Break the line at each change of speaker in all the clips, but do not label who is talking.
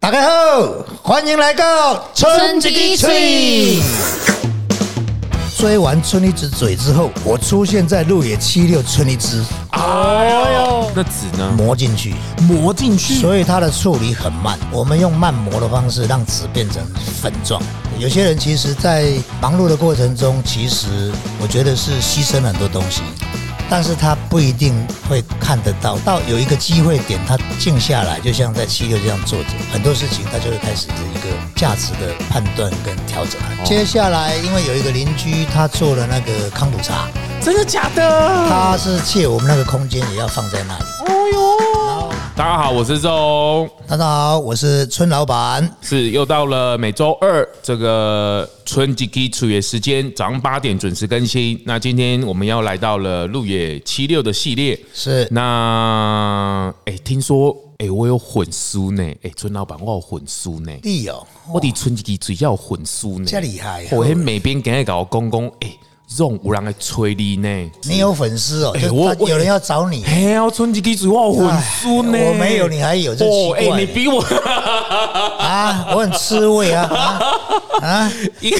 大家好，欢迎来到
村子之嘴。
追完村一之嘴之后，我出现在路野七六村一之，
那籽呢？
磨进去，
磨进去，
所以它的处理很慢。我们用慢磨的方式让纸变成粉状。有些人其实，在忙碌的过程中，其实我觉得是牺牲很多东西，但是他不一定会看得到。到有一个机会点，他静下来，就像在七六这样坐着，很多事情他就会开始一个价值的判断跟调整。接下来，因为有一个邻居，他做了那个康普茶，
真的假的？
他是借我们那个空间也要放在那里。
大家好，我是周，
大家好，我是村老板。
是又到了每周二这个春季基础野时间，早上八点准时更新。那今天我们要来到了路野七六的系列，
是
那哎、听说哎、我有混书呢，哎、村老板，我有混书呢，
地友，
我的春季基础要混书呢，
这厉害啊
我喺每边跟搞公公，哎、用有人来催你呢，
你有粉丝哦，
哎
就
我
他有人要找你。
嘿啊，春季基础我有混书呢，
哎我没有你还有这奇
哦，
怪
哎、你比我。
啊，我很吃味啊啊啊！
一个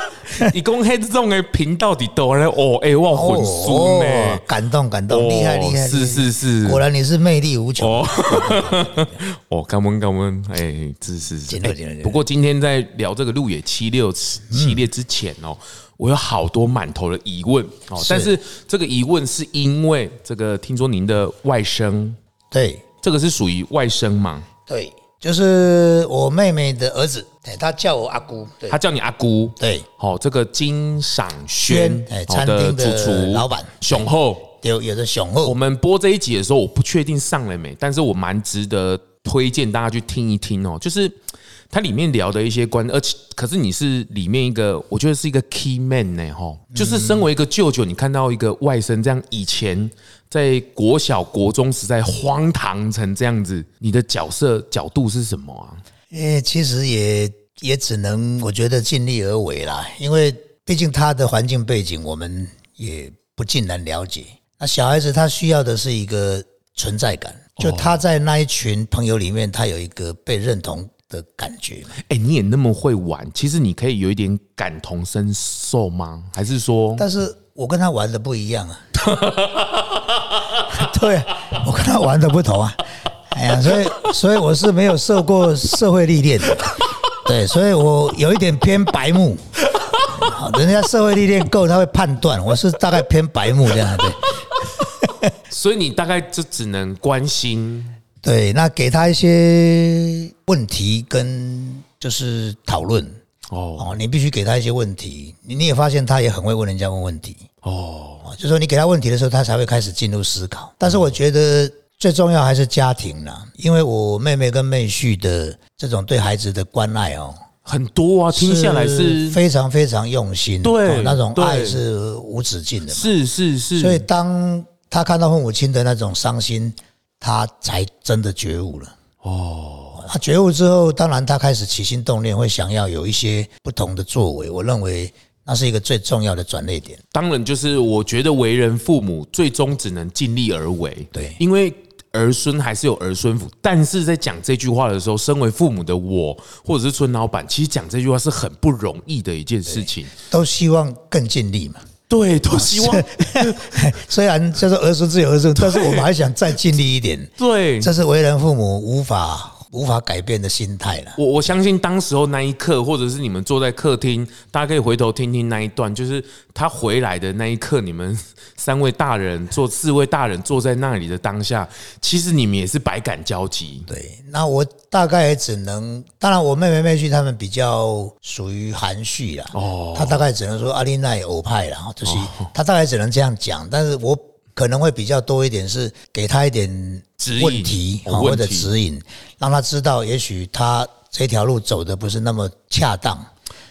你讲黑这种的频道底都咧哦，哎、我有混书呢，
哦
哦
感动感动，哦厉害厉害，
是是是，
果然你是魅力无穷。
哦， 哦，感恩感恩，哎，是是是
简。单简单简单
不过今天在聊这个路野七六
嗯
系列之前哦，我有好多满头的疑问哦，但是这个疑问是因为这个听说您的外甥，
对
这个是属于外甥嘛？
对，就是我妹妹的儿子，哎，他叫我阿姑，对
他叫你阿姑，
对，
好、这个金赏轩
轩哎
好
餐厅的
主厨
老板
雄厚。
有有的雄
我
厚，
们播这一集的时候，我不确定上了没，但是我蛮值得推荐大家去听一听哦。就是它里面聊的一些关，而且可是你是里面一个，我觉得是一个 key man 呢，哈，就是身为一个舅舅，你看到一个外甥这样，以前在国小、国中时代荒唐成这样子，你的角色角度是什么啊？
哎，其实也也只能我觉得尽力而为啦，因为毕竟他的环境背景我们也不尽然了解。那小孩子他需要的是一个存在感，就他在那一群朋友里面，他有一个被认同的感觉。
哎、你也那么会玩，其实你可以有一点感同身受吗？还是说，
但是我跟他玩的不一样啊， 对啊，我跟他玩的不同啊。哎呀，所以所以我是没有受过社会历练的，对，所以我有一点偏白目。好人家社会历练够，他会判断，我是大概偏白目这样对。
所以你大概就只能关心
对，那给他一些问题跟就是讨论
哦
哦，你必须给他一些问题，你你也发现他也很会问人家问问题。
哦。
哦就说你给他问题的时候，他才会开始进入思考。但是我觉得最重要还是家庭啦，因为我妹妹跟妹婿的这种对孩子的关爱哦，
很多啊，听下来是
非常非常用心，
对
哦那种
对
爱是无止境的嘛。
是是是，
所以当他看到父母亲的那种伤心，他才真的觉悟了。哦，他觉悟之后，当然他开始起心动念，会想要有一些不同的作为。我认为那是一个最重要的转捩点。
当然就是我觉得为人父母最终只能尽力而为，
对
因为。儿孙还是有儿孙福，但是在讲这句话的时候，身为父母的我，或者是村老板，其实讲这句话是很不容易的一件事情。
都希望更尽力嘛。
对，都希望
虽然叫做儿孙自有儿孙，但是我们还想再尽力一点，
对
这是为人父母无法无法改变的心态了。
我我相信当时候那一刻，或者是你们坐在客厅，大家可以回头听听那一段，就是他回来的那一刻，你们 三位大人坐四位大人坐在那里的当下，其实你们也是百感交集。
对，那我大概也只能，当然我妹妹妹婿他们比较属于含蓄啦，哦，他大概只能说阿丽娜也欧派
哦
啦，就是、他大概只能这样讲，但是我可能会比较多一点是给他一点
指引
问题
哦
啊或者
问题
指引，让他知道也许他这条路走的不是那么恰当，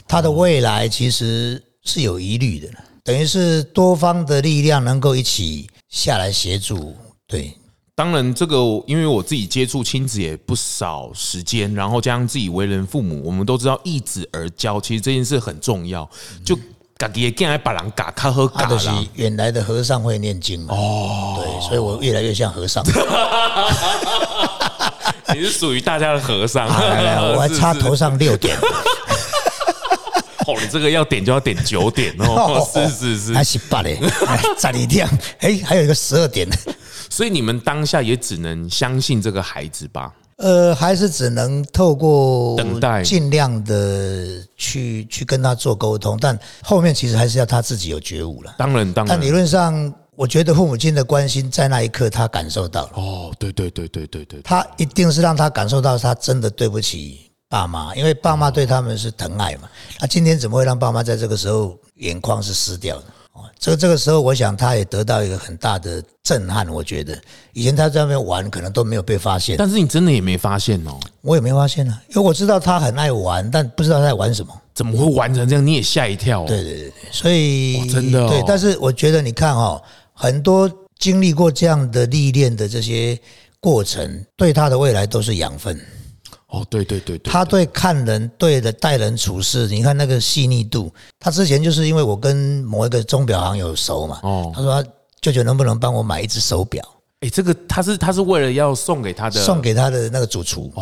他的未来其实是有疑虑的，等于是多方的力量能够一起下来协助，对，
当然，这个我因为我自己接触亲子也不少时间，然后加上自己为人父母，我们都知道一子而教，其实这件事很重要。就家己也见来把人嘎卡喝
他
嘎
嗯啊就是
啦，
原来的和尚会 念经嘛。哦，对，所以我越来越像和尚。
你是属于大家的和尚，
哎呀我还差
啊是是
头上六点，
哦，你这个要点就要点九点哦， 是
还
是是，
啊是八 嘞，哎咋一定？哎，还有一个十二点，
所以你们当下也只能相信这个孩子吧？
呃，还是只能透过
等待
尽量的去去跟他做沟通，但后面其实还是要他自己有觉悟了。
当然当
但理
然，
论上，我觉得父母亲的关心在那一刻他感受到了。
哦，对对对对对对，
他一定是让他感受到他真的对不起爸妈，因为爸妈对他们是疼爱嘛。他今天怎么会让爸妈在这个时候眼眶是湿掉的？哦，这这个时候，我想他也得到一个很大的震撼。我觉得以前他在外面玩，可能都没有被发现，
但是你真的也没发现哦，
我也没发现啊，因为我知道他很爱玩，但不知道他在玩什么。
怎么会玩成这样？你也吓一跳哦。
对对对，所以、
哇真的哦
对，但是我觉得你看哦，很多经历过这样的历练的这些过程，对他的未来都是养分。
哦，对对对对，
他对看人、对的待人处事，你看那个细腻度。他之前就是因为我跟某一个钟表行有熟嘛，
哦
他说他舅舅能不能帮我买一只手表，
哎，这个他是他是为了要送给他的，哦
送给他的那个主厨。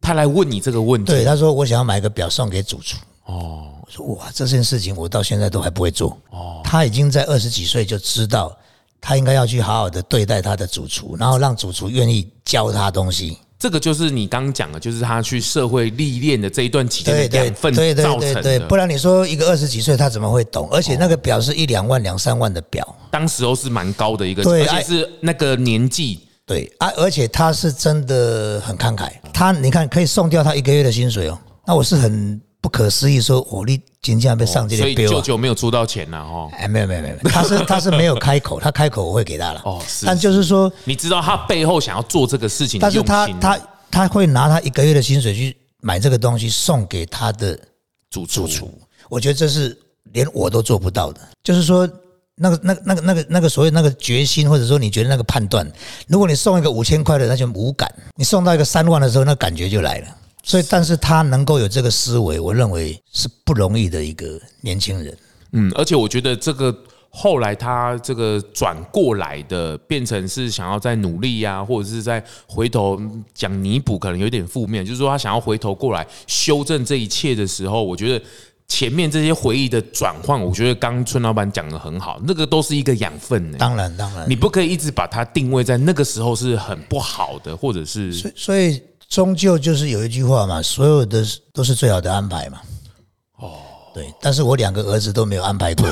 他来问你这个问题，
对，他说我想要买个表送给主厨。
哦，
我说哇，这件事情我到现在都还不会做。哦，他已经在二十几岁就知道，他应该要去好好的对待他的主厨，然后让主厨愿意教他东西。
这个就是你刚讲的，就是他去社会历练的这一段期
对
间的
对
养分
对对
造成
对对，不
的。
然你说一个二十几岁他怎么会懂？而且那个表是一两万、两三万的表。
当时候是蛮高的一个，
对哎
而且是那个年纪，
对啊，而且他是真的很慷慨，他你看可以送掉他一个月的薪水哦。那我是很不可思议说，我你今天被上这
哦所
个
以舅
标、啊。
舅没有出到钱了哦。
哎，没有没有没有，他是他是没有开口，他开口我会给他了。
哦是
但就是说，
你知道他背后想要做这个事情的
但是
用
他
心，啊
他他会拿他一个月的薪水去买这个东西送给他的
主主
主厨，嗯我觉得这是连我都做不到的。就是说，那个、那个、那个、那个、那个所谓那个决心，或者说你觉得那个判断，如果你送一个五千块的，那就无感；你送到一个三万的时候，那感觉就来了。所以，但是他能够有这个思维，我认为是不容易的一个年轻人。
嗯，而且我觉得这个后来他这个转过来的，变成是想要再努力呀、或者是在回头嗯讲弥补，可能有点负面，就是说他想要回头过来修正这一切的时候，我觉得。前面这些回忆的转换，我觉得刚村老板讲的很好，那个都是一个养分呢、
当然，当然，
你不可以一直把它定位在那个时候是很不好的，或者是
所以终究就是有一句话嘛，所有的都是最好的安排嘛。哦，对，但是我两个儿子都没有安排过。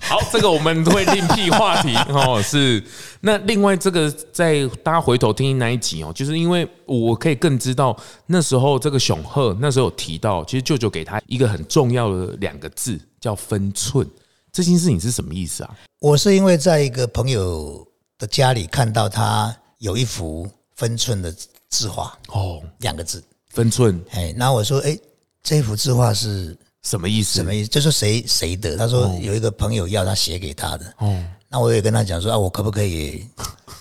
好，这个我们会另辟话 题哦。是，那另外这个在大家回头听那一集哦，就是因为我可以更知道那时候这个熊鹤那时候有提到，其实舅舅给他一个很重要的两个字叫分寸。这件事情是什么意思啊？
我是因为在一个朋友的家里看到他有一幅分寸的字画，
哦，
两个字，
分寸
哎，然后我说，哎，这幅字画是
什么意思？
什么意思？就是谁谁的？他说有一个朋友要他写给他的，
哦，
那我也跟他讲说，啊，我可不可以，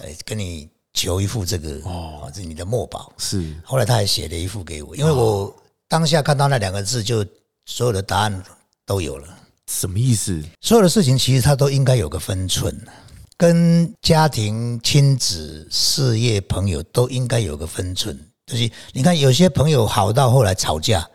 哎，跟你求一幅这个，哦，这是你的墨宝。
是
后来他还写了一幅给我，因为我当下看到那两个字，就所有的答案都有了。
什么意思？
所有的事情其实它都应该有个分寸，跟家庭、亲子、事业、朋友都应该有个分寸。就是你看，有些朋友好到后来吵架，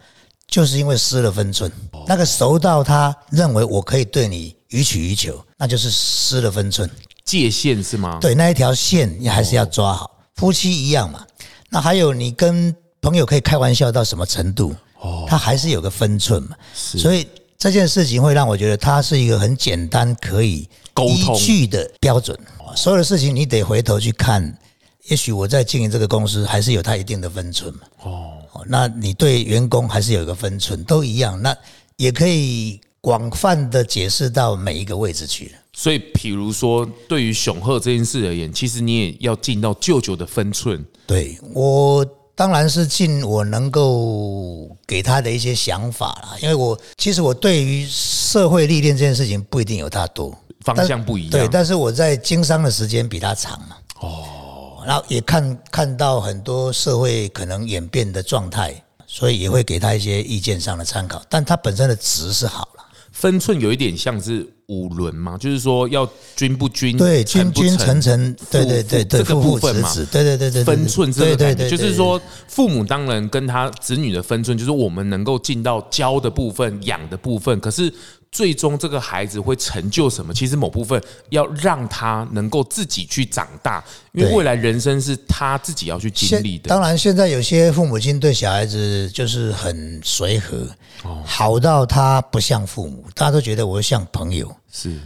就是因为失了分寸。那个熟到他认为我可以对你予取予求，那就是失了分寸。
界限是吗？，
对，那一条线你还是要抓
哦
好。夫妻一样嘛，那还有你跟朋友可以开玩笑到什么程度，
哦
他还是有个分寸嘛。所以这件事情会让我觉得它是一个很简单可以
沟
依
通哦
据的标准。所有的事情你得回头去看，也许我在经营这个公司还是有它一定的分寸嘛。哦，那你对员工还是有一个分寸，都一样。那也可以广泛的解释到每一个位置去。
所以比如说对于熊鹤这件事而言，其实你也要进到舅舅的分寸。
对我当然是尽我能够给他的一些想法啦，因为我其实我对于社会历练这件事情不一定有他多，
方
但
向不一样
对，但是我在经商的时间比他长嘛。哦，然后也看看到很多社会可能演变的状态，所以也会给他一些意见上的参考，但他本身的值是好了。
分寸有一点像是五轮嘛，就是说要均不均，
对，
成
君
不
君臣臣，对
父
对对对，
嗯这个
父
部
父
分
子
嘛，
子，对对对对，对
分寸这
对
个
对
感觉，
对，
就是
对
说父母当然跟他子女的分寸，就是我们能够尽到教的部分、养的部分，可是最终这个孩子会成就什么？其实某部分要让他能够自己去长大，因为
对
未来人生是他自己要去经
现
历的。
当然，现在有些父母亲对小孩子就是很随和，
哦
好到他不像父母，大家都觉得我像朋友。
是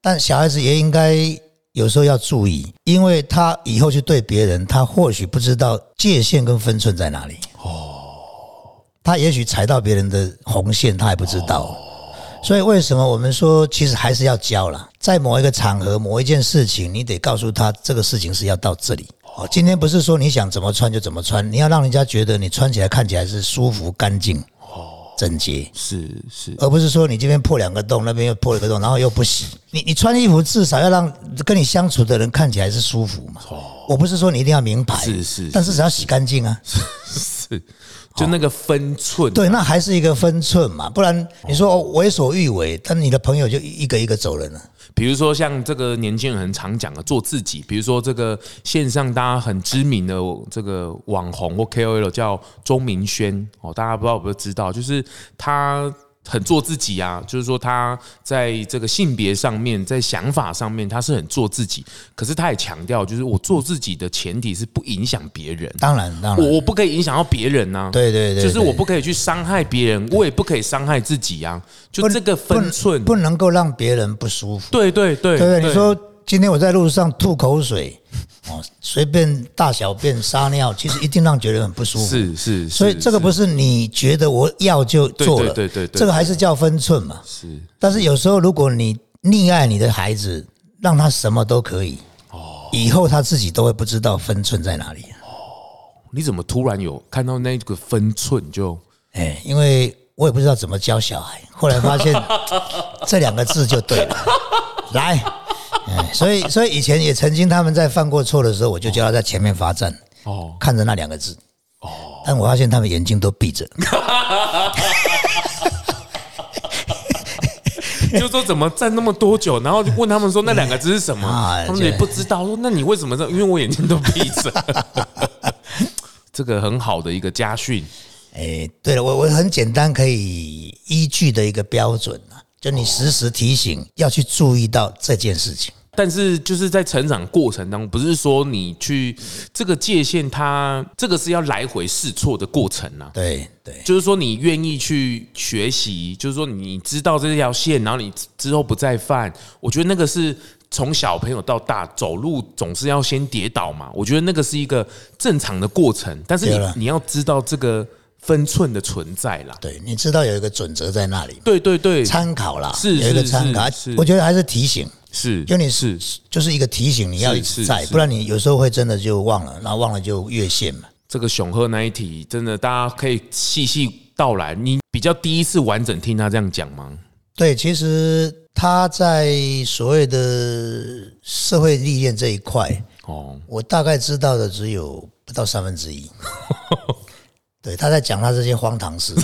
但小孩子也应该有时候要注意，因为他以后去对别人，他或许不知道界限跟分寸在哪里。哦，他也许踩到别人的红线，他还不知道。所以为什么我们说，其实还是要教啦，在某一个场合、某一件事情，你得告诉他这个事情是要到这里。哦，今天不是说你想怎么穿就怎么穿，你要让人家觉得你穿起来看起来是舒服、干净、整洁。
是是，
而不是说你这边破两个洞，那边又破了个洞，然后又不洗。你你穿衣服至少要让跟你相处的人看起来是舒服嘛。我不是说你一定要名牌，
哦是是
但至少要洗干净啊。
就那个分寸。
对，那还是一个分寸嘛，不然你说哦为所欲为，但你的朋友就一个一个走人了。
比如说像这个年轻人很常讲的做自己，比如说这个线上大家很知名的这个网红或 KOL 叫钟明轩哦，大家不知道有没有知道，就是他。很做自己啊，就是说他在这个性别上面，在想法上面，他是很做自己。可是他也强调，就是我做自己的前提是不影响别人，
当然，当
我
然，
我不可以影响到别人呐、啊。
对对对
就是
对
我不可以去伤害别人，我也不可以伤害自己啊。就这个分寸，
不能够让别人不舒服。
对对对
对不对？你说今天我在路上吐口水，哦，随便大小便、撒尿，其实一定让觉得很不舒服。
是是，
所以这个不是你觉得我要就做了，
对对对对对
这个还是叫分寸嘛。
是
但是有时候如果你溺爱你的孩子，让他什么都可以，
哦
以后他自己都会不知道分寸在哪里。
你怎么突然有看到那个分寸就
哎，因为我也不知道怎么教小孩，后来发 现这两个字就对了。来，哎，所以所以以前也曾经他们在犯过错的时候，我就叫他在前面罚站，
哦
看着那两个字。但我发现他们眼睛都闭着。
就说怎么站那么多久，然后就问他们说那两个字是什 么，
啊
他们也
就
不知道。说那你为什么这样？因为我眼睛都闭 着。这个很好的一个家训，
哎，对了，我我很简单可以依据的一个标准啊，就你时时提醒要去注意到这件事情。
但是就是在成长过程当中，不是说你去这个界限它，这个是要来回试错的过程啊。
对对，
就是说你愿意去学习，就是说你知道这条线，然后你之后不再犯。我觉得那个是从小朋友到大走路总是要先跌倒嘛，我觉得那个是一个正常的过程，但是
对啊了
你你要知道这个分寸的存在啦。
对，你知道有一个准则在那里嘛，
对对对，
参考啦，
是
有一个
是
参考哎
是是。
我觉得还是提醒，
是
因为你
是
是就是一个提醒，你要一
是
直
是
在，
是
不然你有时候会真的就忘了，然后忘了就越线嘛。
这个雄鹤那一题，真的大家可以细细道来。你比较第一次完整听他这样讲吗？
对，其实他在所谓的社会历练这一块，
哦，
我大概知道的只有不到三分之 一。对，他在讲他这些荒唐 事。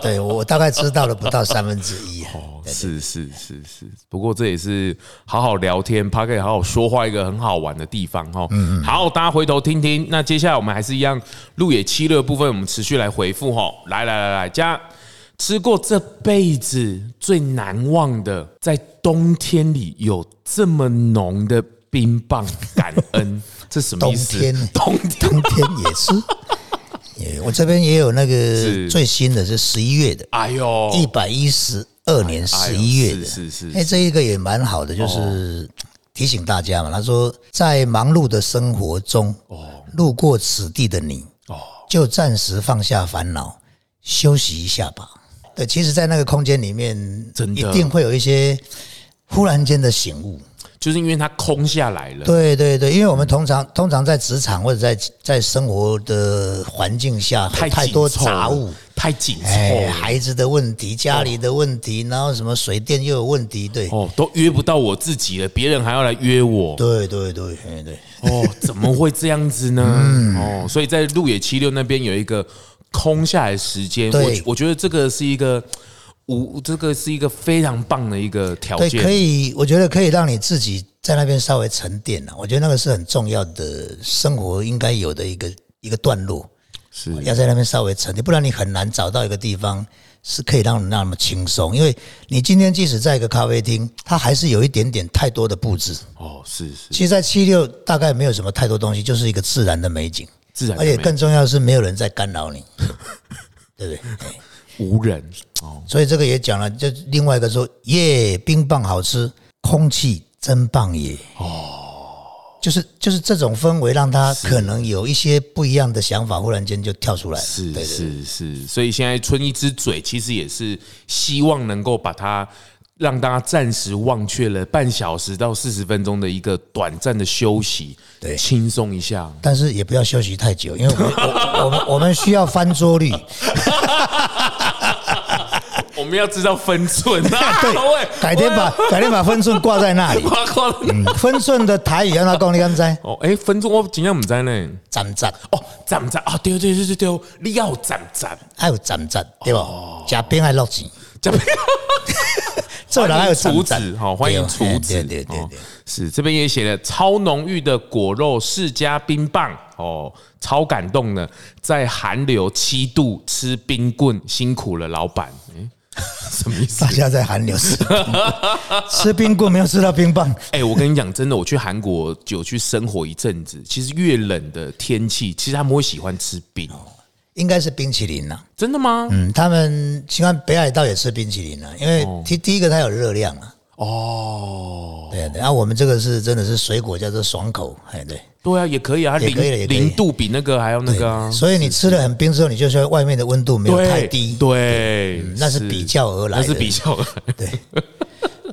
对我大概知道了不到三分之一。
哦是是是是，不过这也是好好聊天 p a r k 好好说话一个很好玩的地方哦。嗯好，大家回头听听。那接下来我们还是一样路野七乐部分，我们持续来回复哈、哦。来来来来，家吃过这辈子最难忘的，在冬天里有这么浓的冰棒，感 恩，这什么意思？
冬天
冬天
冬天也 吃。也我这边也有那个最新的，是十一月的，
哎呦，
一百一十二年
哎
十
呦
一月
是
的。
是是哦
哎，这一个也蛮好的，就是提醒大家嘛。他说，在忙碌的生活中，
哦
路过此地的你，就暂时放下烦恼，休息一下吧。对，其实，在那个空间里面，
真的
一定会有一些忽然间的醒悟。
就是因为它空下来了。
对对对，因为我们通常通常在职场或者在在生活的环境下，
太
太
紧
多
凑
杂
了
物，，
太紧凑
哎，
了，
孩子的问题、家里的问题，然后什么水电又有问题，对，
哦，都约不到我自己了，别人还要来约我，
对对对，哎对，
哦，怎么会这样 子呢？
嗯
哦，所以在路野七六那边有一个空下来的时间，
对
我我觉得这个是一个。无这个是一个非常棒的一个条
对，
件，
可以，我觉得可以让你自己在那边稍微沉淀了、我觉得那个是很重要的生活应该有的一个一个段落，
是
要在那边稍微沉淀，不然你很难找到一个地方是可以让你那么轻松。因为你今天即使在一个咖啡厅，它还是有一点点太多的布置。
哦，是是
其实，在七六大概没有什么太多东西，就是一个自然的美景，
自然的
而且
美，
更重要的是没有人在干扰 你，对不对？哎
无人哦，
所以这个也讲了，就另外一个说，耶，冰棒好吃，空气真棒耶。哦，就是就是这种氛围，让他可能有一些不一样的想法，忽然间就跳出来了。
是
对对
是是，所以现在春一之嘴其实也是希望能够把它让大家暂时忘却了半小时到四十分钟的一个短暂的休息，
对
轻松一下。
但是也不要休息太久，因为我们 我我们我们需要翻桌 率。
我们要知道 分寸啊，喂
改天把改天把分寸挂在那里。
我靠！
嗯分寸的台语让他讲，你敢知？
哦，哎，分寸我尽量不在呢。
站站，
哦，站站啊，对对对对对，你要站站，
还有站站，对吧？
哦
加边还落钱，
这边
做人还有
厨
站站
子，好欢迎
对
厨子，
对对对
哦
对。
是这边也写了超浓郁的果肉世家冰棒哦，超感动的，在寒流七度吃冰棍，辛苦了老板，哎，什么意思
大？家在寒流 吃冰棍吃冰棍，没有吃到冰棒。
哎、我跟你讲，真的，我去韩国有去生活一阵子，其实越冷的天气，其实他们会喜欢吃冰，
应该是冰淇淋啦、
真的吗？
嗯，他们喜欢北海道也吃冰淇淋啦、因为第第一个它有热量啊。
哦，
对啊，然后、我们这个是真的是水果叫做爽口，哎对
对啊，也可以啊，它
也可以也
零
可以
零度比那个还要那
对、
个啊，
所以你吃了很冰之后，你就说外面的温度没有
对
太低，嗯
对，
那是比较而来
那
的。
是比较，
对。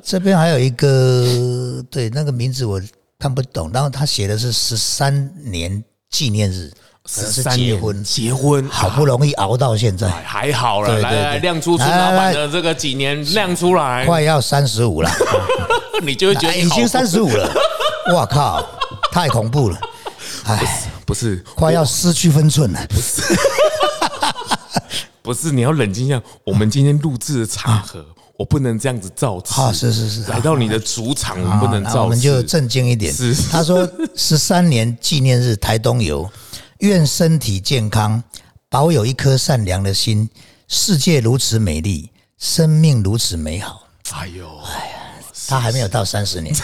这边还有一个对那个名字我看不懂，然后他写的是十三年纪念日，可 能是
13
结
年
婚，
结婚
好不容易熬到现在。
还好了，
对
来
对
来
对哎
亮出春
来
老
来
板
来
的这个几年亮出来，
快要三十五了， 哎
你就会哎觉得
已经三
十
十五 了，哇靠，太恐怖了，哎，
不是
快要失去分寸了。
不是，你要冷静一下。我们今天录制的场合，我不能这样子造次
啊是是是
来到你的主场，我们不能
啊那
造
我们就
次。
正经一点
是。
他说十三年纪念日台东游，愿身体健康，保有一颗善良的心。世界如此美丽，生命如此美好。
哎呦，
他还没有到三十年。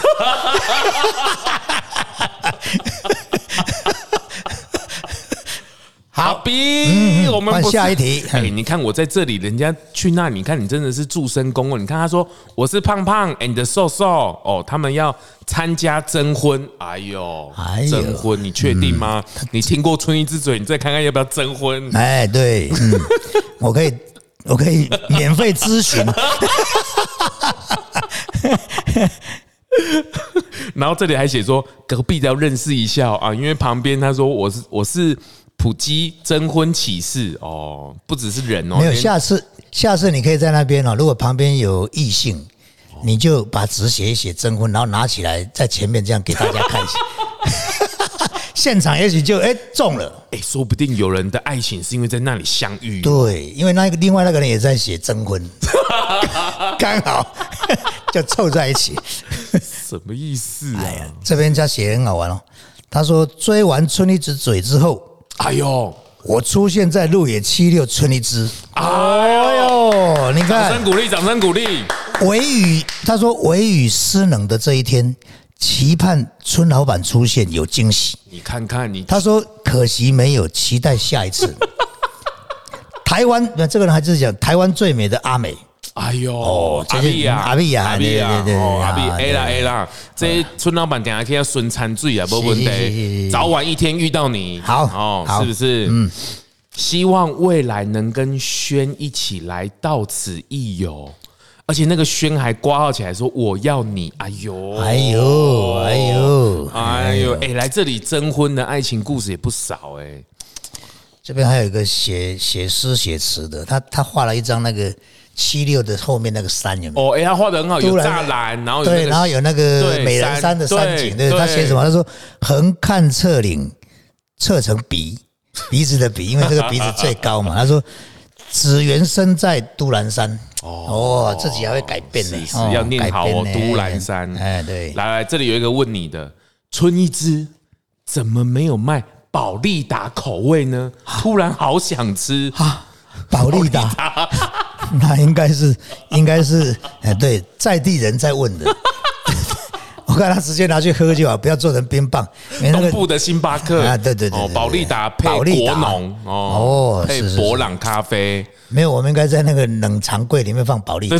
好比我
嗯
们
换
不是
下一题嗯
哎，你看我在这里，人家去那，你看你真的是助身公哦。你看他说我是胖胖 and 瘦瘦哦，他们要参加征婚。哎呦
哎，呦嗯
征婚，你确定吗？你听过春一之嘴，你再看看要不要征婚。
哎，对，嗯，我可以，我可以免费咨 询。
然后这里还写说隔壁的要认识一下哦啊，因为旁边他说我是我是普基征婚启事哦，不只是人哦，
没有，
连
下次下次你可以在那边哦，如果旁边有异性，你就把纸写一写征婚，然后拿起来在前面这样给大家 看一下，现场也许就哎、中了。
哎，说不定有人的爱情是因为在那里相遇。
对，因为那个另外那个人也在写征 婚，刚好 就凑在一起。
什么意思啊？
这边他写得很好玩哦，他说追完春一之嘴之后，
哎呦，
我出现在路野七六春一之。
哎呦，
哦，你
掌
看
声，鼓励，掌声鼓励。
唯与他说唯与失能的这一天，期盼村老板出现有惊喜。
你看看你，
他说可惜没有，期待下一次。 台湾那这个人还是讲台湾最美的阿美，
哎呦，
这
阿
是
碧呀，
阿碧啊
阿碧呀，
对对对对
哦阿碧
啊
A 啦
对
A 啦，这村老板等下可以要顺餐醉啊，没问
是是是
题，
是
早晚一天遇到你，
好
哦，
好
是不是？嗯，希望未来能跟轩一起来到此一游，而且那个轩还挂号起来说我要你，哎呦，
哎呦哎呦
哎呦，哎，来这里征婚的爱情故事也不少哎，
这边还有一个写写诗写词的，他他画了一张那个七六的后面那个山有没有？
哦，哎，他画的很好，有
突然
栅栏，哦然后有那
对，
个
然后有那个
对
美人山的山景，
对
对，他写什么？
对
他说横看侧岭，侧成 鼻， 鼻子的鼻，因为这个鼻子最高嘛。他说只缘身在都兰山，哦，自己还会改变呢
是，是
哦
要念好哦
改，变呢
都兰山。
哎，对，
来来，这里有一个问你的，春一枝怎么没有卖保利达口味呢？
啊
突然好想吃，
保利达， 那应该是应该是哎，对，在地人在问的。 我看他直接拿去喝就好，不要做成冰棒，因为那
东
个
部的星巴克
啊对对对对
哦，
对
保利达配
保利
果
达
农哦
哦，
配
是是是
博朗咖啡，
没有，我们应该在那个冷藏柜里面放保利达。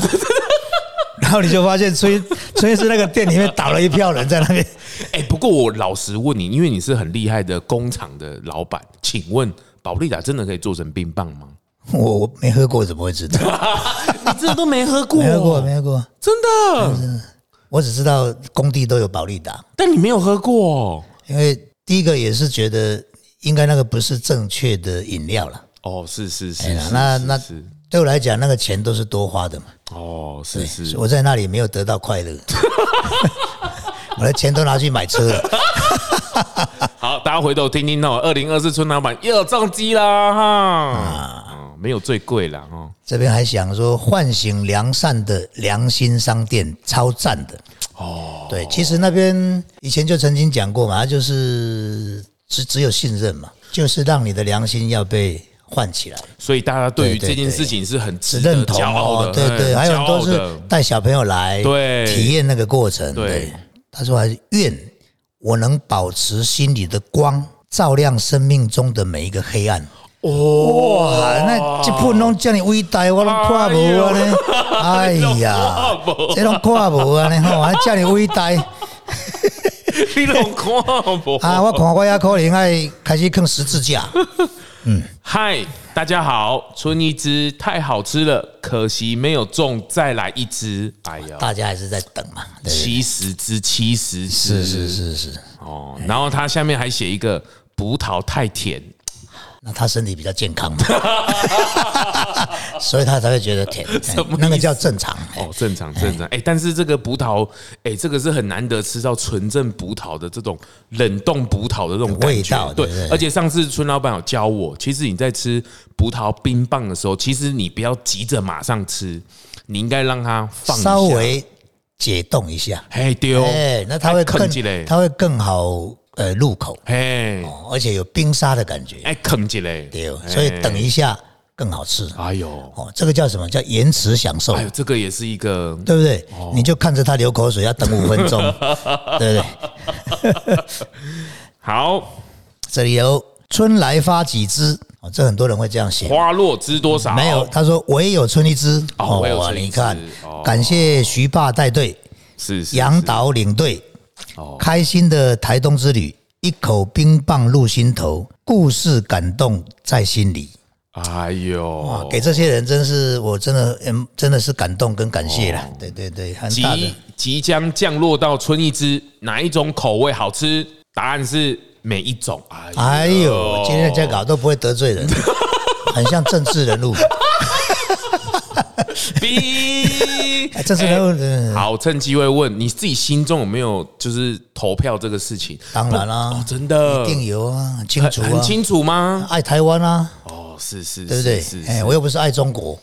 然后你就发现崔崔是那个店里面倒了一票人在那边，
哎，不过我老实问你，因为你是很厉害的工厂的老板，请问保利达真的可以做成冰棒 吗？
我我没喝过怎么会知道？
你这都没喝过，
没喝过，没喝过，
真的，
我只知道工地都有保利达，
但你没有喝过哦
因为第一个也是觉得应该那个不是正确的饮料了。
哦，是是
哎
是
呀，，
是
那
是
那
是
对我来讲，那个钱都是多花的嘛。
哦，是是，
我在那里没有得到快 乐，我的钱都拿去买车了。
好，大家回头听听哦，二零二四春老板又中计啦
啊
哈，嗯没有最贵啦哦哈。
这边还想说唤醒良善的良心商店，超赞的。哦，对，其实那边以前就曾经讲过嘛，它就是只只有信任嘛，就是让你的良心要被唤起来。
所以大家对
对
于
对
这件事情是很值得
认同
骄傲
哦
的，，
对对，
嗯
还有很
骄
多
傲
是
的
带小朋友来，
对
体验那个过程。
对
对，他说还是愿我能保持心里的光，照亮生命中的每一个黑暗。哇，
哦
那这部弄叫你伟大，我拢看无啊 呢！哎呀，这拢看无啊呢吼，还叫你伟大
你拢看不？
啊！我看我也可能爱开始啃十字架。
嗨，大家好，春一只太好吃了，可惜没有中，再来一只。哎呀，
大家还是在等嘛，对不对
七十只，七十只，
是是是是，
哦。然后它下面还写一个葡萄太甜，
那他身体比较健 康嘛，所以他才会觉得甜，哎那个叫正常。哎
哦，正常正常，哎、但是这个葡萄，哎、这个是很难得吃到纯正葡萄的这种冷冻葡萄的这种感觉
味道
对
对不对
而且上次春老板有教我，其实你在吃葡萄冰棒的时候，其实你不要急着马上吃，你应该让它放一下
稍，微解冻一下，
嘿丢，
哎，那它会
啃
更
起来，
它会更好呃入口，
嘿，
哦而且有冰沙的感觉，
哎啃起来，
对哦，
嘿
所以等一下更好吃。
哎呦，
哦，这个叫什么叫延迟享受
哎，呦，哦这个也是一个
对不对？你就看着它流口水，要等五分 钟，对不对？
好
这里有春来发几枝，哦，这很多人会这样写。
花落知多少？
没有，他说唯有春一枝。
哦唯有春一枝
你看
哦，
感谢徐爸带队，
是是
杨
是
导领队，
哦
开心的台东之旅，一口冰棒入心头，故事感动在心里。
哎
哇
呦，，
给这些人真是我真的嗯真的是感动跟感谢
哦
啦。对对对，很大的
即。即将降落到春一枝，哪一种口味好吃？答案是每一种。
哎呦，
哦
今天这 搞都不会得罪人，很像政治人物。
B，
哎政治人物嗯
好，趁机会问你自己心中有没有就是投票这个事情？
当然啦、
哦，真的
一定有啊，很清楚
很
啊，
清楚吗？
爱台湾啊，
哦，是是，
对不对
是？是。
哎，我又不是爱中国。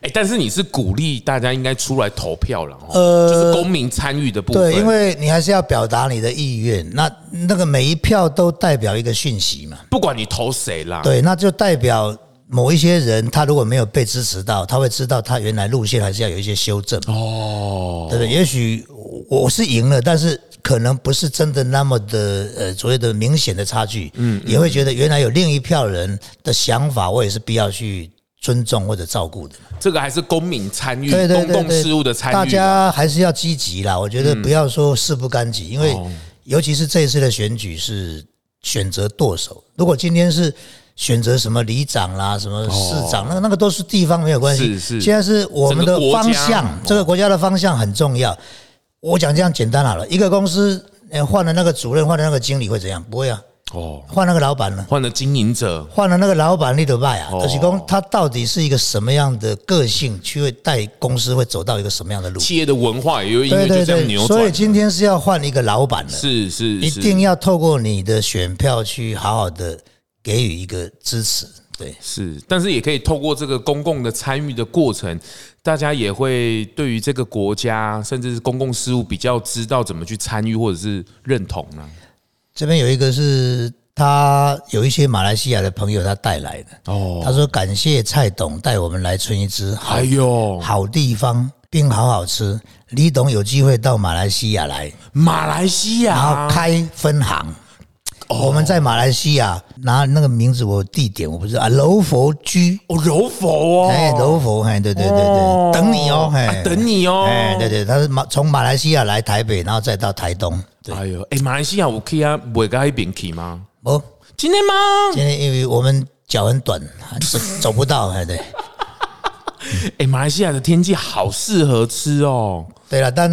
哎，但是你是鼓励大家应该出来投票了，哦，
呃
就是公民参与的部分。
对，因为你还是要表达你的意愿，那那个每一票都代表一个讯息嘛。
不管你投谁啦，
对，那就代表某一些人，他如果没有被支持到，他会知道他原来路线还是要有一些修正，
哦，
对不对？也许我是赢了，但是可能不是真的那么的呃所谓的明显的差距，嗯，也会觉得原来有另一票人的想法，我也是必要去尊重或者照顾的。
这个还是公民参与
对对
公
对
共
对，
事务的参与啦，
大家还是要积极啦。我觉得不要说事不干
嗯
己，因为尤其是这一次的选举是选择剁手。如果今天是选择什么里长啦、什么市长，那个那个都是地方没有关系。
哦是是
现在是我们的
整个国家哦
方向，这个国家的方向很重要。我讲这样简单好了，一个公司呃换了那个主任，换了那个经理会怎样？不会啊，
哦，
换那个老板呢？
换了经营者，
换了那个老板，你得卖啊！
哦
而且公他到底是一个什么样的个性，去会带公司会走到一个什么样的路？
企业的文化也会因
对
为就
对
这样扭
对，
转。
所以今天是要换一个老板了，
是是
一
是
定要透过你的选票去好好的给予一个支持，对，
是，但是也可以透过这个公共的参与的过程，大家也会对于这个国家甚至是公共事务比较知道怎么去参与或者是认同啊呢、
这边有一个是他有一些马来西亚的朋友他带来的，
哦，
他说感谢蔡董带我们来春一枝，好
还有
好地方，并好好吃。李董有机会到马来西亚来，
马来西
然
亚
后开分行。
哦
我们在马来西亚拿那个名字，我地点我不知道啊，柔佛居，
哦，柔佛哦，
哎，柔佛，哎，对对对
哦
对，等你哦，哎
啊，等你哦
哎，对对，他是马从马来西亚来台北，然后再到台东，对，
哎呦，哎，马来西亚我可以啊，我跟一边去吗？
哦，
今天吗？
今天因为我们脚很短， 走走不到，哎，对，
哎，马来西亚的天气好适合吃哦，
对了，但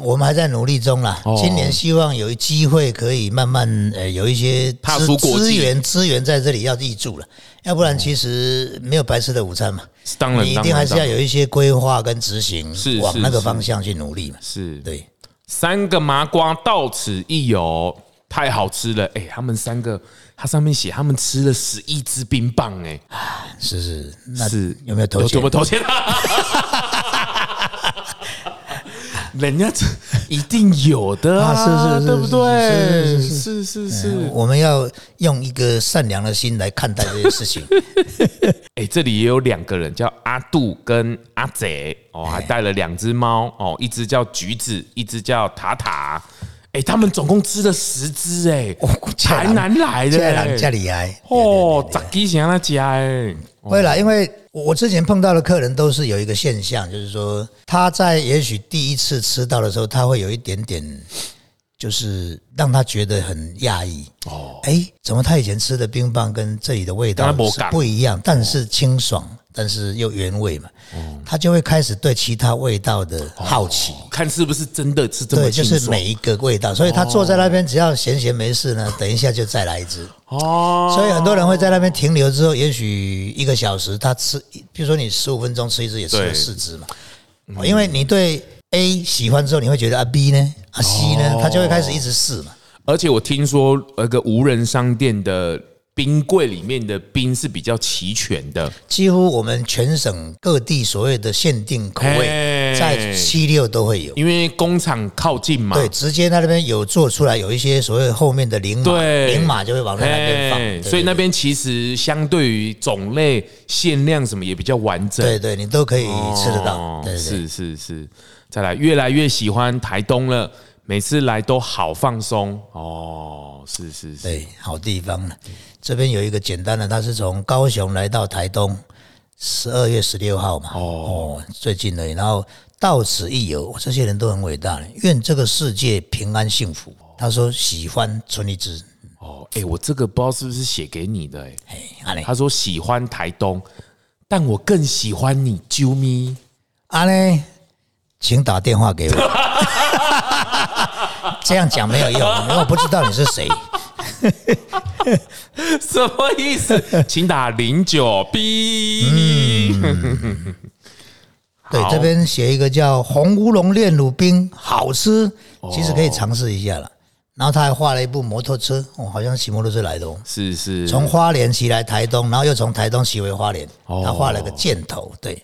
我们还在努力中啦。
哦
今年希望有机会可以慢慢呃有一些
踏
资
出国际
资源资源在这里要立住了，要不然其实没有白吃的午餐嘛。
当然，
你一
当
定
然
还是
当
要
然
有一些规划跟执行
是，
往
是
那个
是
方向去努力嘛。
是
对，
三个麻瓜到此一游，太好吃了！哎、他们三个，它上面写他们吃了十一支冰棒、哎，
是是，那
是
有没有投
有
钱
没有？投钱？ 人家这一定有的啊，
啊是是是
对不对？
是是
是是是，
我们要用一个善良的心来看待这件事 情。
哎、这里也有两个人叫阿杜跟阿贼哦，
哎
还带了两只猫哦，一只叫橘子，一只叫塔塔。哎、他们总共吃了十只哎、
哦嫁
台
人
南来的、
家
哎
人家里来，
哦，咋鸡想他家哎？
会啦，因为我我之前碰到的客人都是有一个现象，就是说他在也许第一次吃到的时候，他会有一点点，就是让他觉得很讶异。哦，哎，怎么他以前吃的冰棒跟这里的味道
跟他不一哦
是
样
不一样？但是清爽，但是又原味嘛，
哦
他就会开始对其他味道的好奇。
看是不是真的是哦这么
对，
清
就
爽？
是每一个味道，所以他坐在那边，只要闲闲没事呢，等一下就再来一支。
哦，
所以很多人会在那边停留之后，也许一个小时，他吃，比如说你十五分钟吃一只，也吃了
对
四只嘛。
嗯
哦因为你对 A 喜欢之后，你会觉得啊 B 呢，啊 C
哦
呢，他就会开始一直试嘛。
而且我听说那个无人商店的冰柜里面的冰是比较齐全的，
几乎我们全省各地所谓的限定口
嘿
味，在七六都会有。
因为工厂靠近嘛。
对，直接在那边有做出来，有一些所谓后面的零码，
对，
零码就会往那边放。
哎
对
所
对
以那边其实相对于种类限量什么也比较完整。
对对，你都可以吃得
哦
到。对对对，
是是是，再来，越来越喜欢台东了，每次来都好放松哦，是是是，
对，哎好地方呢。这边有一个简单的，他是从高雄来到台东，十二月十六号嘛，哦，最近的，然后到此一游，这些人都很伟大，愿这个世界平安幸福。他说喜欢春丽枝，
哦，哎、我这个不知道是不是写给你的、哎，
哎，阿嘞
他说喜欢台东，但我更喜欢你，啾咪。
阿嘞，请打电话给我。 这样讲没有用，因为我不知道你是谁。
什么意思？请打零九 B。
对
嗯 好，
这边写一个叫红乌龙炼乳冰，好吃，
哦
其实可以尝试一下了。然后他还画了一部摩托车，哦，好像骑摩托车来的哦，
是是，
从花莲骑来台东，然后又从台东骑回花莲，
哦
他画了个箭头，对，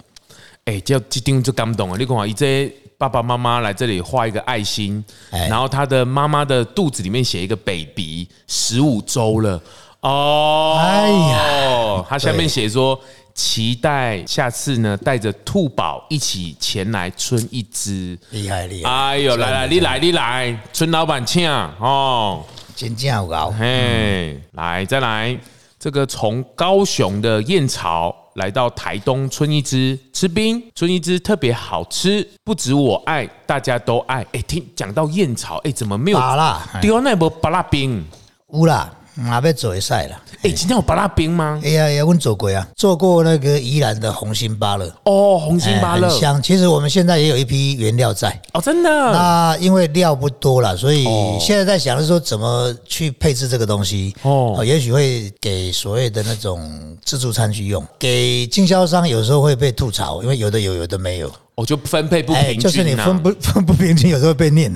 哎、叫这丁就感动了。你看啊，一这爸爸妈妈来这里画一个爱心，
哎
然后他的妈妈的肚子里面写一个 baby，十五周了哦。
哎
呀，他下面写说。期待下次呢，带着兔宝一起前来春一枝。
厉害厉害，
哎呦，来来，你来你来，村老板请哦。
真正有搞，
哎嘿，来再来，这个从高雄的燕巢来到台东春一枝吃冰，春一枝特别好吃，不止我爱，大家都爱。哎、听讲到燕巢，哎、怎么没有
巴啦，哎
丢那波巴拉冰？
有啦，马要做一赛啦，
哎、今天有巴拉冰吗？
哎呀哎呀，我们做过啊，做过那个宜兰的红心芭乐，
哦，红心
哎
芭乐
很香，其实我们现在也有一批原料在。
哦，真 的
那因为料不多了，所以现在在想的是说怎么去配置这个东西。
哦
哦，也许会给所谓的那种自助餐去用，给经销商有时候会被吐槽，因为有的有，有的没有。
我就
哎
分配不平均、啊
就是你分不分不平均，有时候会被念。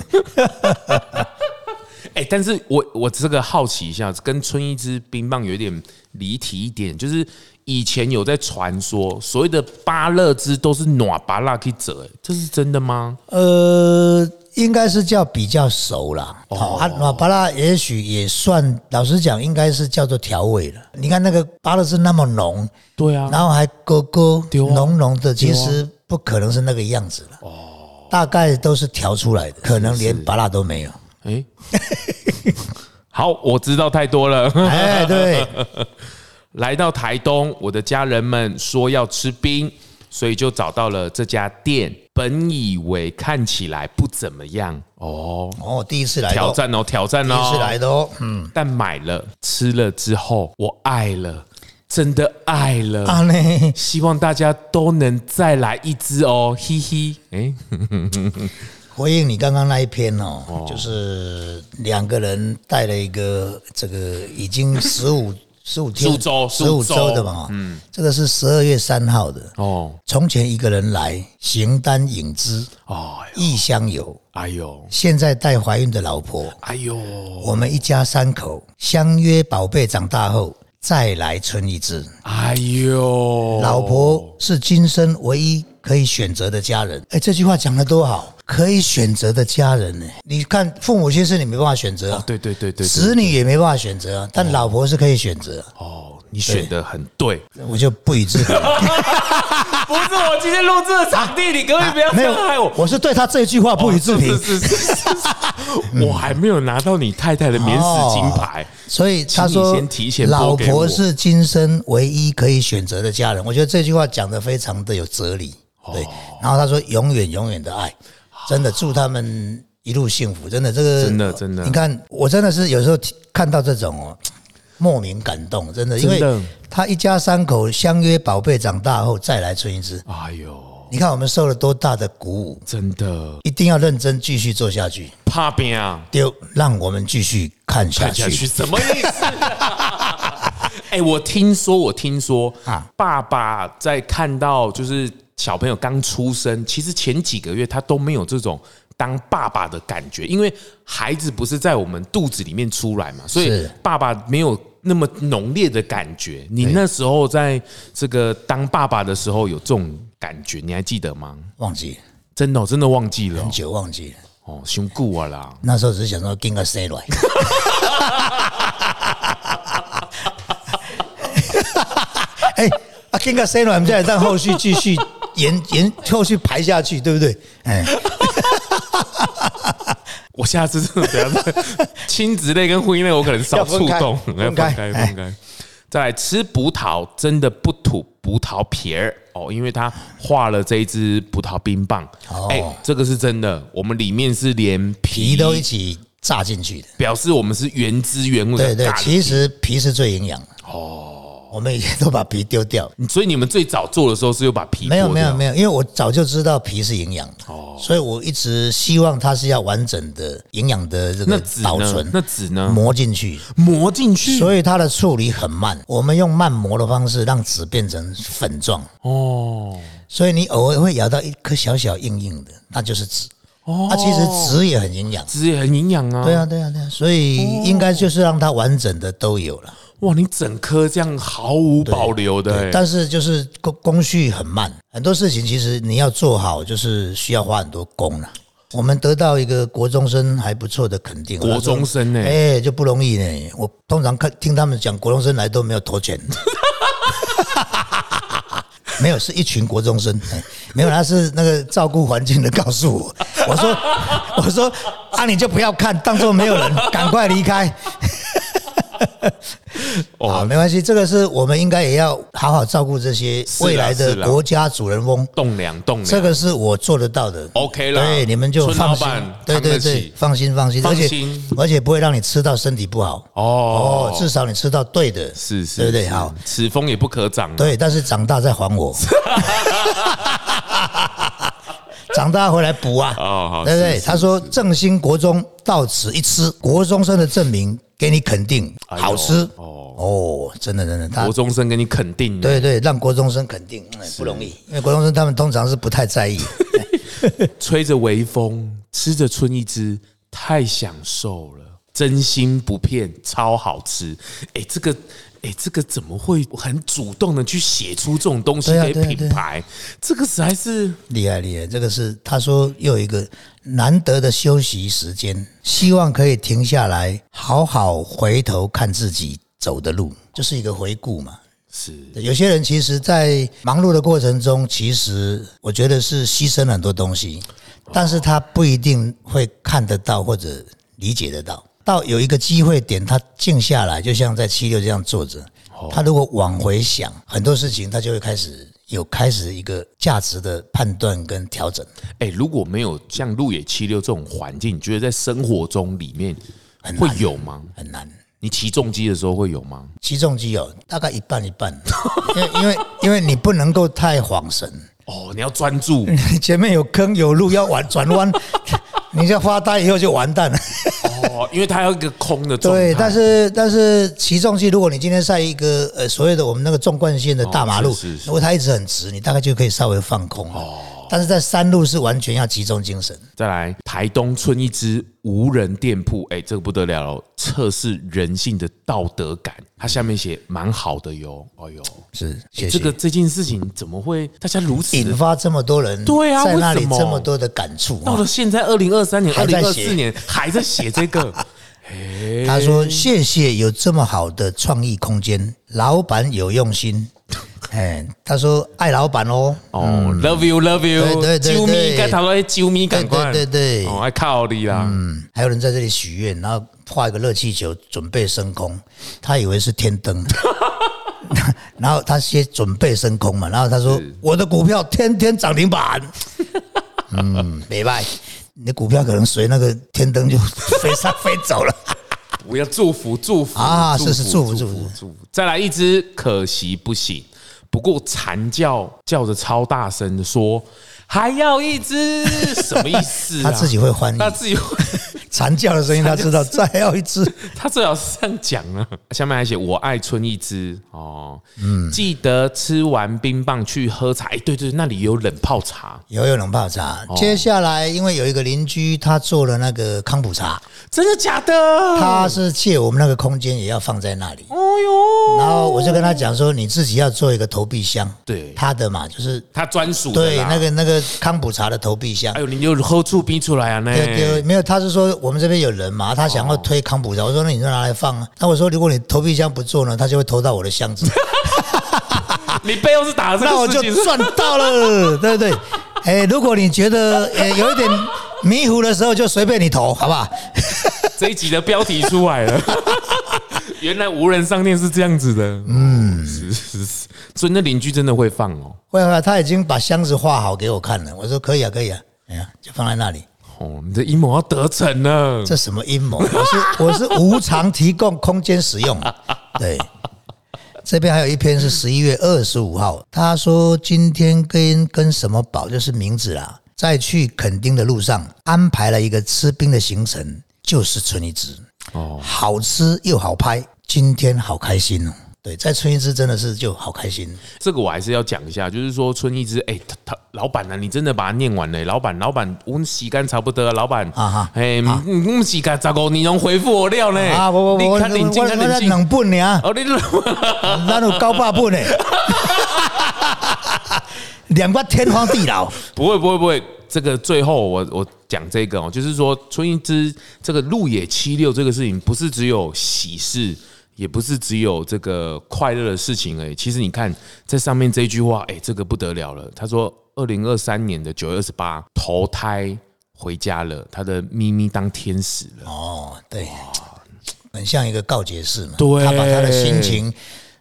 哎、但是我我这个好奇一下，跟春一支冰棒有点离题一点，就是以前有在传说所谓的芭乐汁都是暖芭拉可以折，哎这是真的吗？
呃，应该是叫比较熟啦。哦，啊，瓦巴拉也许也算，老实讲，应该是叫做调味了。你看那个巴勒是那么浓，
对啊
然后还勾勾
对啊
浓浓的，其实不可能是那个样子了。啊哦，大概都是调出来的，可能连巴拉都没 有。
哎，好，我知道太多了。
哎，对，
来到台东，我的家人们说要吃冰，所以就找到了这家店。本以为看起来不怎么样哦，
哦，第一次来的
挑
哦，
战哦，挑战
第
哦，
一次来的哦，嗯，
但买了吃了之后，我爱了，真的爱了。
啊呢，
希望大家都能再来一支哦，嘿嘿。哎、
回应你刚刚那一篇哦，就是两个人带了一个这个已 经十五十五天
15周
十五
15
周的嘛，嗯，这个是十二月三号的。
哦
从前一个人来，形单影只，
哦，
异乡游。
哎呦，
现在带怀孕的老婆，
哎呦，
我们一家三口相约宝贝长大后再来春一枝。
哎呦，
老婆是今生唯一可以选择的家人。哎，这句话讲得多好，可以选择的家人呢？你看，父母亲是你没办法选择、啊，
哦对对对对，
子女也没办法选择、啊，但老婆是可以选择啊、
哦，你选的很对，啊
我就不予置评。
不是我今天录制的场地，你各位不要
哎没有
伤害我，。
我是对他这句话不予置评
哎哦
嗯
是。是是是是是我还没有拿到你太太的免死金牌，
所以他
请你
说
先提前，拨
老
给我
婆是今生唯一可以选择的家人。我觉得这句话讲得非常的有哲理。
哦
对，然后他说永远永远的爱，真的祝他们一路幸福。真的，这个
真的真的
你看我真的是有时候看到这种哦，莫名感动，真的，因
真的
为他一家三口相约宝贝长大后再来春一枝。
哎呦，
你看我们受了多大的鼓舞，
真的
一定要认真继续做下去。
怕变啊！
丢，让我们继续看下
看下去
去。
什么意思？ 哎、我听说，我听说
啊
爸爸在看到就是小朋友刚出生，其实前几个月他都没有这种当爸爸的感觉，因为孩子不是在我们肚子里面出来嘛，所以
是
爸爸没有那么浓烈的感觉。你那时候在这个当爸爸的时候有这种感觉，你还记得吗？
忘记
真的哦、真的忘记了
很久，忘记了。
哦， 胸固啊啦。
那时候只是想说跟个谁 来，哎、啊跟个谁来，我们再让后续继续延 延后续排下去，对不对？哎、
我下次真的不要 再亲子类跟婚姻类，我可能少触动，
要分开分
分开分
开哎
开再来吃葡萄，真的不吐葡萄皮儿哦，因为它化了这一支葡萄冰棒。
哦
哎，这个是真的，我们里面是连
皮
皮
都一，起炸进去的。
表示我们是原汁原味的
对对，
咖喱
其实皮是最营养的。哦，我们以前都把皮丢掉。
所以你们最早做的时候是有把皮
没有没有
有
没有，因为我早就知道皮是营养的，哦，所以我一直希望它是要完整的营养的这
那
个
籽
保
呢
存？
那籽呢？
磨进去，
磨进去
所以它的处理很慢。我们用慢磨的方式让纸变成粉状，
哦，
所以你偶尔会咬到一颗小小硬硬的，那就是纸。哦，它其实纸也很营养。
籽也很营养啊。
对啊，对啊，对啊，所以应该就是让它完整的都有了，
哇，你整颗这样毫无保留的、哎
但是就是工工序很慢，很多事情其实你要做好，就是需要花很多功了。我们得到一个国中生还不错的肯定，
国中生呢、
哎、就不容易呢。我通常看听他们讲国中生来都没有投钱， 没有是一群国中生，哎没有他是那个照顾环境的告诉我，我说我说啊你就不要看，当做没有人，赶快离开。
哦
啊，没关系，这个是我们应该也要好好照顾这些
是啦
未来的
是啦
国家主人翁。
栋梁栋梁，
这个是我做得到的
OK 啦
对，你们就
村
放
老
心
板，
对
扛
对
得
对
起，
放心放心，
放
而且
心
而且不会让你吃到身体不好
哦
哦，至少你吃到对的，
是是，
对不对？
是
好，，
此风也不可长啊。
对，但是长大再还 我，长大回来补啊，
哦好
对不对
是？是
他说正兴国中到此一吃，国中生的证明给你肯定，
哎呦
好吃
哦
哦，真的真的，他
国中生给你肯定，，啊
对对，让国中生肯定哎不容易，因为国中生他们通常是不太在意。
吹着微风，吃着春一枝，太享受了。真心不骗，超好吃。哎，这个。哎，这个怎么会很主动的去写出这种东西
对啊
给
对啊
品
对啊
牌？这个实在是
厉害厉害，这个是他说又有一个难得的休息时间，希望可以停下来，好好回头看自己走的路，就是一个回顾嘛。
是
对有些人其实，在忙碌的过程中，其实我觉得是牺牲了很多东西，但是他不一定会看得到或者理解得到。到有一个机会点，他静下来，就像在七六这样坐着，他如果往回想很多事情，他就会开始有开始一个价值的判断跟调整，
哎、如果没有像路野七六这种环境，你觉得在生活中里面
很
会
难
有吗？
很难。
你骑重机的时候会有吗？
起重机哦，大概一半一半，因为因为因为你不能够太晃神，
哦，你要 专注
前面有坑有路要弯转弯，你这发呆以后就完蛋 了。
哦，因为它要一个空的状态。
对，但是但是起重机，如果你今天在一个呃所谓的我们那个纵贯线的大马路，
哦是是是哦
如果它一直很直，你大概就可以稍微放空了。但是在山路是完全要集中精神，
再来，台东村一支无人店铺，哎、这个不得了哦，测试人性的道德感。它下面写蛮好的哟，哎呦，
是
哎
谢谢
这个这件事情怎么会大家如此
引发这么多人
对啊
在那里
为什么
这么多的感触。啊
到了现在二零二三年、二
还
零
在
二
写
四年还在写 这个？
他
哎
说：“谢谢有这么好的创意空间，老板有用 心。”哎，他说爱老板哦，
哦、l o v e you，love you，
对对对
啾咪，
对
该他说啾咪，赶快，
对对对
哦，爱靠你啦，
嗯，还有人在这里许愿，然后画一个热气球准备升空，他以为是天灯， 然后他先准备升空嘛，然后他说我的股票天天涨停板，嗯，没败，你的股票可能随那个天灯就飞上 飞走了。
我要祝福祝福
啊是是祝福
祝
祝福
祝福。再来一只，可惜不行。不过蝉叫叫着超大声的说，还要一只， 什么意思、
他
啊？
自己会翻译
他自己 会，
惨叫的声音，他知道再要一只，
他最好是这样讲啊。下面还写我爱春一只哦，嗯，记得吃完冰棒去喝茶。哎，对对，那里有冷泡茶，
有有冷泡茶。接下来，因为有一个邻居他做了那个康普茶，
真的假的？
他是借我们那个空间也要放在那里。
哎呦，
然后我就跟他讲说，你自己要做一个投币箱，
对
他的嘛，就是
他专属的
对
啦
那。个那个康普茶的投币箱
哎。呦，你又喝醋逼出来啊？那
对对，没有，他是说我们这边有人嘛，他想要推康普茶，我说那你就拿来放啊。那我说如果你投币箱不做呢，他就会投到我的箱子，
你背后是打了 这
那我
个
就
事情是
赚到了， 对不对？哎，如果你觉得呃有一点迷糊的时候，就随便你投，好不好？
这一集的标题出来了。原来无人商店是这样子的，嗯，是是是，所以那邻居真的会放哦，
会会，他已经把箱子画好给我看了，我说可以啊，可以啊，哎呀，就放在那里。
哦，你的阴谋要得逞了，
这什么阴谋？我是我是无偿提供空间使用。对，这边还有一篇是十一月二十五号，他说今天跟跟什么宝就是名字啦，在去垦丁的路上安排了一个吃冰的行程，就是春一枝
哦
哦，好吃又好拍，今天好开心哦。对，在春一枝真的是就好开心，
这个我还是要讲一下，就是说春一枝，哎，他他老板啊，你真的把它念完了，老板，老板，我们洗干差不多了，老板
啊哈
哎，我们洗干咋够，你能回复我料呢？
啊！我我我我
你
我
看你进，看
在
你进，
冷笨呢，
哦，你
那有高八笨呢，两个天荒地老。
不会不会不会，这个最后我我讲这个哦，就是说春一枝这个路野七六这个事情，不是只有喜事，也不是只有这个快乐的事情而已。其实你看在上面这一句话，哎，这个不得了了。他说，二零二三年的九月二十八投胎回家了，他的咪咪当天使了。
哦，对，很像一个告解式嘛。
对
他把他的心情，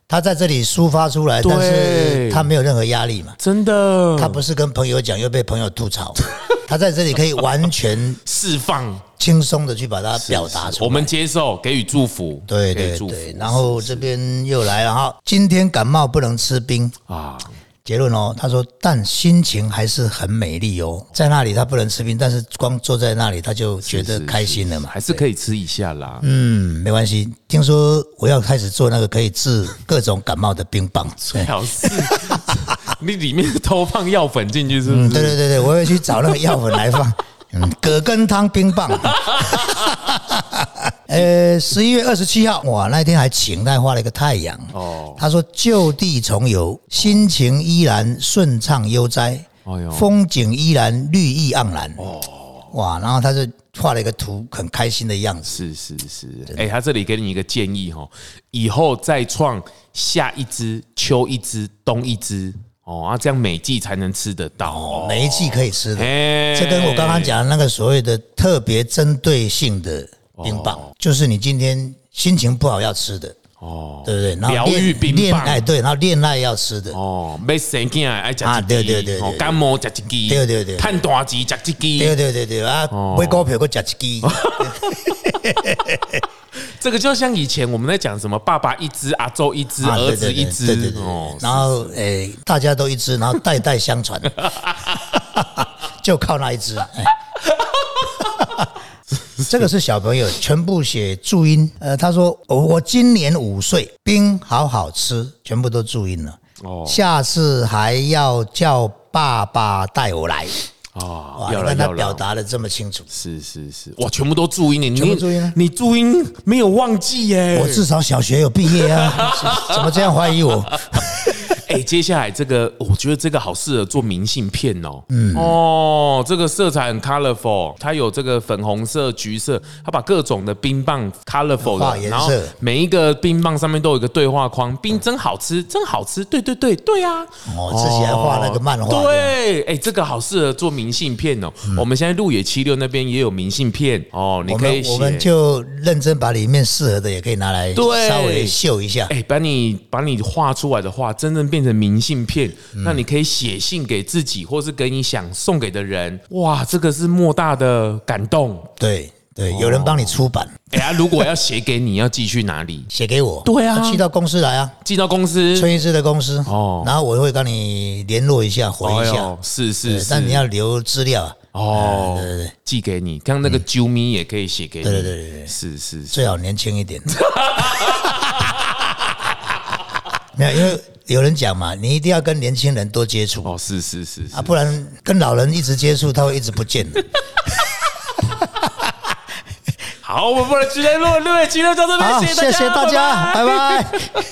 他在这里抒发出来，
对嗯
但是他没有任何压力嘛。
真的，
他不是跟朋友讲，又被朋友吐 槽，他在这里可以完全
释放
轻松的去把它表达出来。
我们接受，给予祝福，
对
给予
对
祝福
对，然后这边又来了哈，今天感冒不能吃冰，
啊，
结论哦，他说，但心情还是很美丽哦。在那里他不能吃冰，但是光坐在那里他就觉得开心了嘛，
还是可以吃一下啦。
嗯，没关系。听说我要开始做那个可以治各种感冒的冰棒。对
表示 你里面偷放药粉进去是不是？
嗯对对对对，我会去找那个药粉来放。嗯，葛根汤冰棒。哎、呃，十一月二十七号，哇，那一天还晴，但画了一个太阳。
哦
哦，他说就地重游，心情依然顺畅悠哉，
哎呦
风景依然绿意盎然。哦，哇，然后他就画了一个图，很开心的样子。
是是是，哎、他这里给你一个建议哈，以后再创夏一只、秋一只、冬一只哦，啊，这样每季才能吃得到哦。
每一季可以吃的，
哎
这跟我刚刚讲的那个所谓的特别针对性的冰棒，就是你今天心情不好要吃的，
哦
对不对？然
疗
后
愈
恋
冰
恋
棒
爱对，然后恋爱要吃的，
哦，没神经啊，爱吃
啊
一
对
支
对对
哦
对
感冒吃一支，
对对对
碳大鸡吃一
对
支，
对对对啊，
哦
买股票搁吃一支，
这个就像以前我们在讲什么爸爸一只、阿周一只、
啊对
儿
对
子一
对对对
只
对
哦
对，，然后诶，大家都一支，然后代代相传， 就靠那一支。哎 这个是小朋友全部写注音，呃，他说我我今年五岁，冰好好吃，全部都注音了。
哦
下次还要叫爸爸带我来。
啊，
哇，你
要了
看他
要
表
了。
达的这么清楚，
是是是，哇，全部都注音呢，你
全部注音啊
你注音没有忘记耶。
我至少小学有毕业啊，是怎么这样怀疑我？
哎、接下来这个，我觉得这个好适合做明信片哦。嗯，哦，这个色彩很 colorful，它有这个粉红色、橘色，它把各种的冰棒 colorful
画
的，
颜色
然后每一个冰棒上面都有一个对话框，冰真好吃，真好吃，对对对对啊。
嗯哦，自己还画那个漫画，
对，哎、这个好适合做明信片哦。我们现在路野七六那边也有明信片哦，
嗯
你
我
可以
们
写。
我们就认真把里面适合的也可以拿来
对
稍微秀一下
哎、。把你把你画出来的画真正变成明信片，
嗯
那你可以写信给自己，或是给你想送给的人。哇，这个是莫大的感动。
对对，
哦
有人帮你出版，
哎、呀、如果要写给你，要寄去哪里？
写给我。
对啊
那寄到公司来啊，
寄到公司。
崔医师的公司。
哦
哦，然后我会跟你联络一下，回一下
哎呦。是是
对
是，
但你要留资料啊，
哦，寄给你，像那个啾咪也可以写给你。
嗯对对对对对
是是是，
最好年轻一点。 没有，因为有人讲嘛，你一定要跟年轻人多接触
哦，是是是是
啊，，不然跟老人一直接触，他会一直不见的。
好，我们不能今天录录野七六到这边，
好，
谢
谢谢大家，
拜拜
拜拜。